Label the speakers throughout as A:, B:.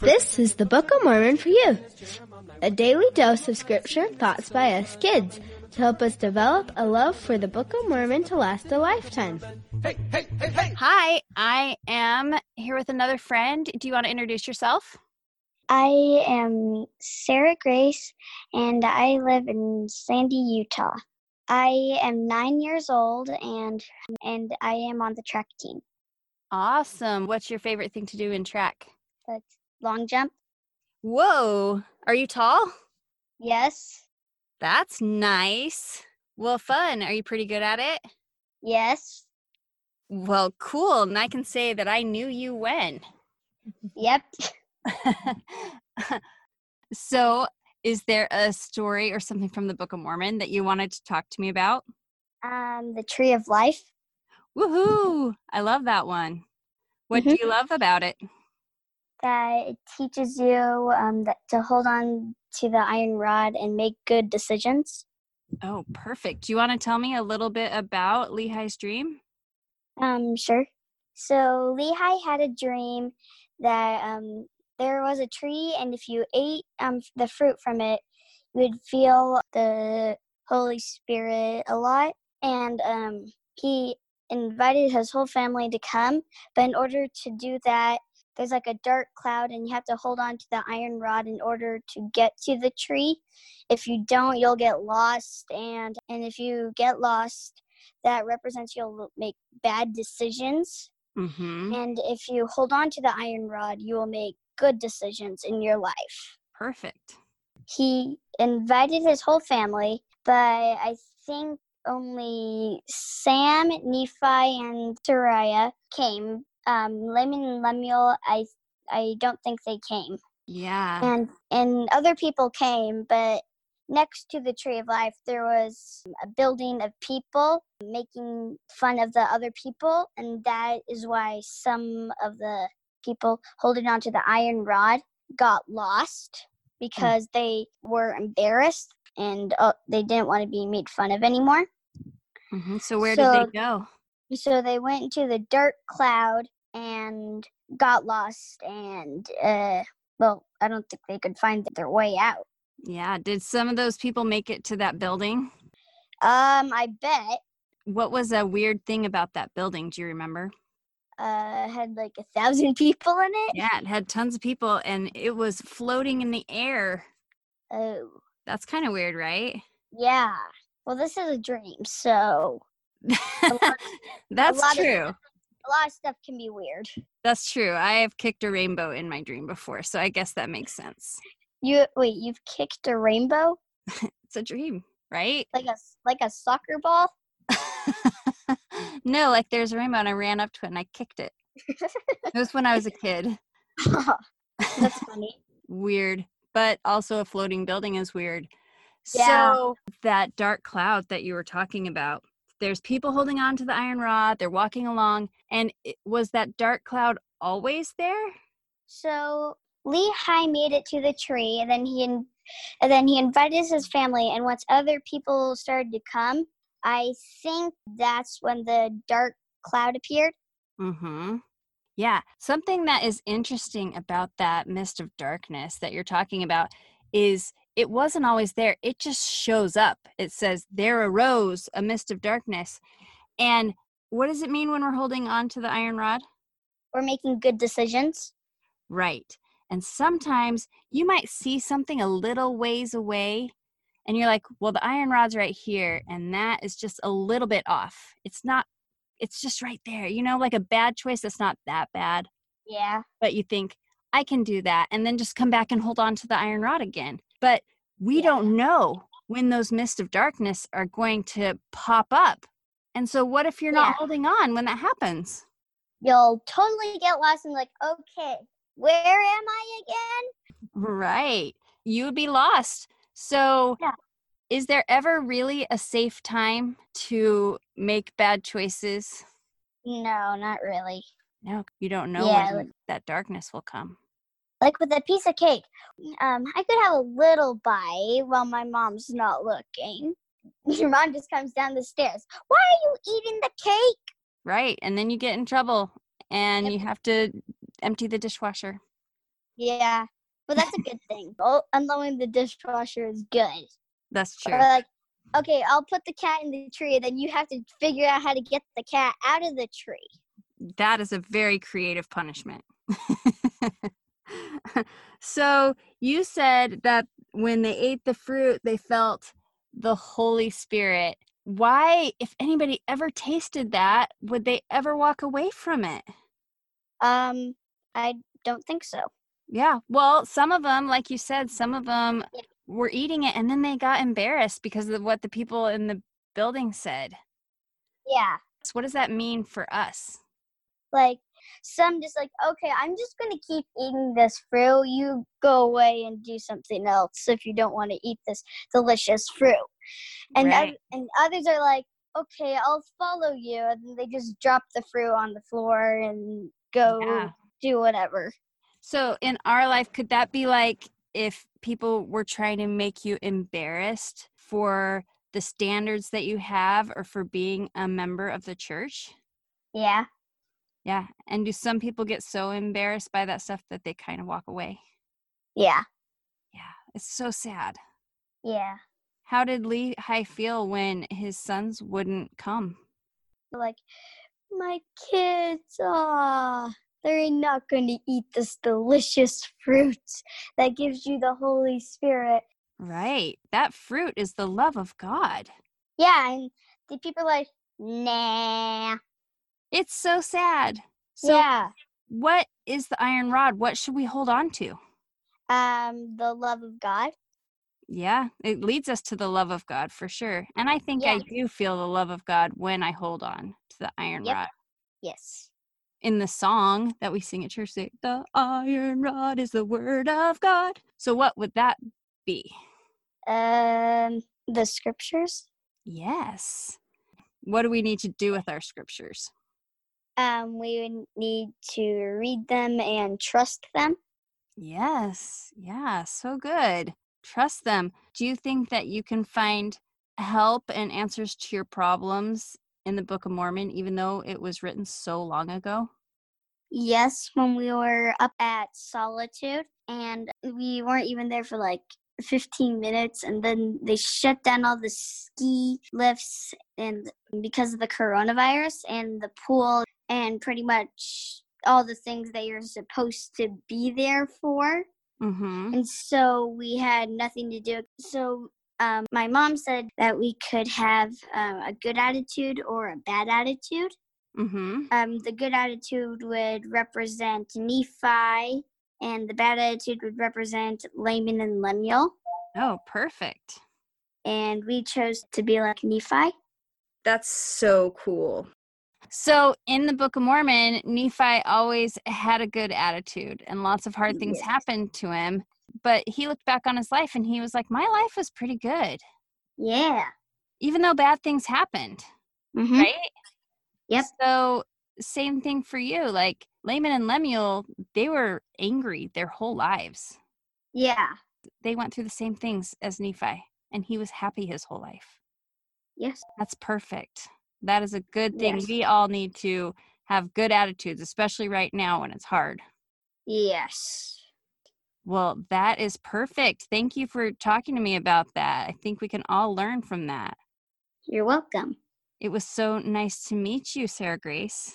A: This is the Book of Mormon for you, a daily dose of scripture and thoughts by us kids to help us develop a love for the Book of Mormon to last a lifetime.
B: Hi, I am here with another friend. Do you want to introduce yourself?
C: I am Sarah Grace and I live in Sandy, Utah. I am 9 years old and and I am on the track team.
B: Awesome. What's your favorite thing to do in track?
C: That's long jump.
B: Whoa, are you tall?
C: Yes.
B: That's nice. Well, fun. Are you pretty good at it?
C: Yes.
B: Well, cool. And I can say that I knew you when.
C: Yep.
B: so, is there a story or something from the Book of Mormon that you wanted to talk to me about?
C: Um the tree of life.
B: Mm-hmm. Woohoo! I love that one. What do you love about it?
C: that it teaches you um, that to hold on to the iron rod and make good decisions.
B: Oh, perfect. Do you want to tell me a little bit about Lehi's dream?
C: Um, sure. So Lehi had a dream that um, there was a tree, and if you ate um, the fruit from it, you would feel the Holy Spirit a lot. And um, he invited his whole family to come, but in order to do that, there's like a dark cloud and you have to hold on to the iron rod in order to get to the tree if you don't you'll get lost and and if you get lost that represents you'll make bad decisions
B: Mm-hmm.
C: and if you hold on to the iron rod you will make good decisions in your life
B: Perfect.
C: he invited his whole family but i think only sam nephi and Sariah came um, Laman and Lemuel, I I don't think they came,
B: Yeah.
C: and and other people came, but next to the tree of life there was a building of people making fun of the other people, and that is why some of the people holding onto the iron rod got lost because they were embarrassed and uh, they didn't want to be made fun of anymore.
B: hmm So, where
C: So-
B: did they go?
C: So they went into the dark cloud and got lost, and uh, well, I don't think they could find their way out.
B: Yeah. Did some of those people make it to that building?
C: Um, I bet
B: What was a weird thing about that building? Do you remember?
C: uh had like a thousand people in it.
B: Yeah, it had tons of people and it was floating in the air.
C: Oh,
B: That's kind of weird, right?
C: yeah. Well, this is a dream, so lot-
B: That's
C: lot of-
B: true.
C: a lot of stuff can be weird.
B: That's true. I have kicked a rainbow in my dream before, so I guess that makes sense.
C: You wait, you've kicked a rainbow
B: It's a dream, right?
C: like a s- like a soccer ball.
B: no, like there's a rainbow and I ran up to it and I kicked it. It was when I was a kid.
C: That's funny.
B: weird, but also a floating building is weird.
C: Yeah.
B: So that dark cloud that you were talking about, there's people holding on to the iron rod, they're walking along, and it, was that dark cloud always there?
C: So Lehi made it to the tree, and then he in, and then he invited his family. And once other people started to come, I think that's when the dark cloud appeared.
B: Mm-hmm. Yeah. Something that is interesting about that mist of darkness that you're talking about is it wasn't always there. It just shows up. It says, There arose a mist of darkness. And what does it mean when we're holding on to the iron rod?
C: We're making good decisions.
B: Right. And sometimes you might see something a little ways away and you're like, well, the iron rod's right here and that is just a little bit off. It's not, it's just right there. You know, like a bad choice that's not that bad,
C: Yeah.
B: but you think, I can do that. And then just come back and hold on to the iron rod again. But we
C: Yeah.
B: don't know when those mists of darkness are going to pop up. And so, what if you're
C: Yeah.
B: not holding on when that happens?
C: You'll totally get lost and like, okay, where am I again?
B: Right. You would be lost. So,
C: Yeah.
B: is there ever really a safe time to make bad choices?
C: No, not really.
B: No, you don't know
C: Yeah,
B: when
C: like-
B: that darkness will come.
C: Like with a piece of cake, um, I could have a little bite while my mom's not looking. Your mom just comes down the stairs. Why are you eating the cake?
B: Right. And then you get in trouble and you have to empty the dishwasher.
C: Yeah, but that's a good thing. Oh, Unloading the dishwasher is good.
B: That's true.
C: Or like, okay, I'll put the cat in the tree. Then you have to figure out how to get the cat out of the tree.
B: That is a very creative punishment. so you said that when they ate the fruit, they felt the Holy Spirit. Why, if anybody ever tasted that, would they ever walk away from it?
C: Um, I don't think so.
B: Yeah. Well, some of them, like you said, some of them were eating it and then they got embarrassed because of what the people in the building said.
C: Yeah,
B: So what does that mean for us?
C: like some just like, okay, I'm just gonna keep eating this fruit. You go away and do something else if you don't want to eat this delicious fruit. And oth-
B: Right.
C: and others are like, okay, I'll follow you, and then they just drop the fruit on the floor and go
B: Yeah.
C: do whatever.
B: So in our life, could that be like if people were trying to make you embarrassed for the standards that you have or for being a member of the church?
C: Yeah.
B: Yeah. And do some people get so embarrassed by that stuff that they kind of walk away?
C: Yeah.
B: Yeah. It's so sad.
C: Yeah.
B: How did Lehi feel when his sons wouldn't come?
C: like my kids ah they're not going to eat this delicious fruit that gives you the holy spirit
B: Right. That fruit is the love of God.
C: yeah and the people are like nah
B: It's so sad. So,
C: yeah
B: what is the iron rod? What should we hold on to?
C: um the love of god
B: Yeah, it leads us to the love of God for sure. And I think I
C: Yeah.
B: do feel the love of God when I hold on to the iron
C: Yep.
B: rod.
C: yes
B: In the song that we sing at church, say, the iron rod is the word of God. So, what would that be?
C: um the scriptures
B: Yes. What do we need to do with our scriptures?
C: um we would need to read them and trust them
B: Yes. Yeah. So good. Trust them. Do you think that you can find help and answers to your problems in the Book of Mormon, even though it was written so long ago?
C: Yes, when we were up at Solitude and we weren't even there for like 15 minutes and then they shut down all the ski lifts and because of the coronavirus and the pool and pretty much all the things that you're supposed to be there for.
B: Mm hmm.
C: And so we had nothing to do. So um, my mom said that we could have uh, a good attitude or a bad attitude
B: Mm-hmm.
C: um, the good attitude would represent Nephi, and the bad attitude would represent Laman and Lemuel.
B: Oh, perfect.
C: And we chose to be like Nephi.
B: That's so cool. So, in the Book of Mormon, Nephi always had a good attitude and lots of hard things
C: Yes.
B: happened to him. But he looked back on his life and he was like, My life was pretty good,
C: Yeah.
B: even though bad things happened,
C: Mm-hmm.
B: right?
C: Yep.
B: So, same thing for you. Like Laman and Lemuel, they were angry their whole lives.
C: Yeah.
B: They went through the same things as Nephi, and he was happy his whole life.
C: Yes.
B: That's perfect. That is a good thing.
C: Yes.
B: We all need to have good attitudes, especially right now when it's hard.
C: Yes.
B: Well, that is perfect. Thank you for talking to me about that. I think we can all learn from that.
C: You're welcome.
B: It was so nice to meet you, Sarah Grace.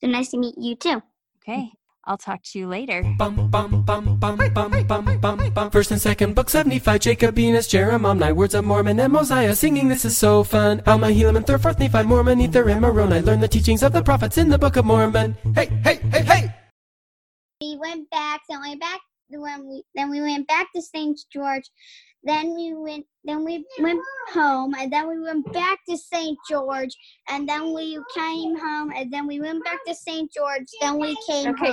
C: So nice to meet you too.
B: Okay, I'll talk to you later.
D: bum bum bum bum bum bum bum bum. First and second books of Nephi, Jacob, Enos, Jeremiah, Words of Mormon, and Mosiah. Singing this is so fun. Alma, Helaman, third, fourth Nephi, Mormon, Ether, and Moroni. Learn the teachings of the prophets in the Book of Mormon. Hey, hey, hey, hey!
C: We went back, then we went back, then we then we went back to St. George, then we went, then we went home, and then we went back to St. George, and then we came home, and then we went back to St. George, then we came
B: Okay,
C: home.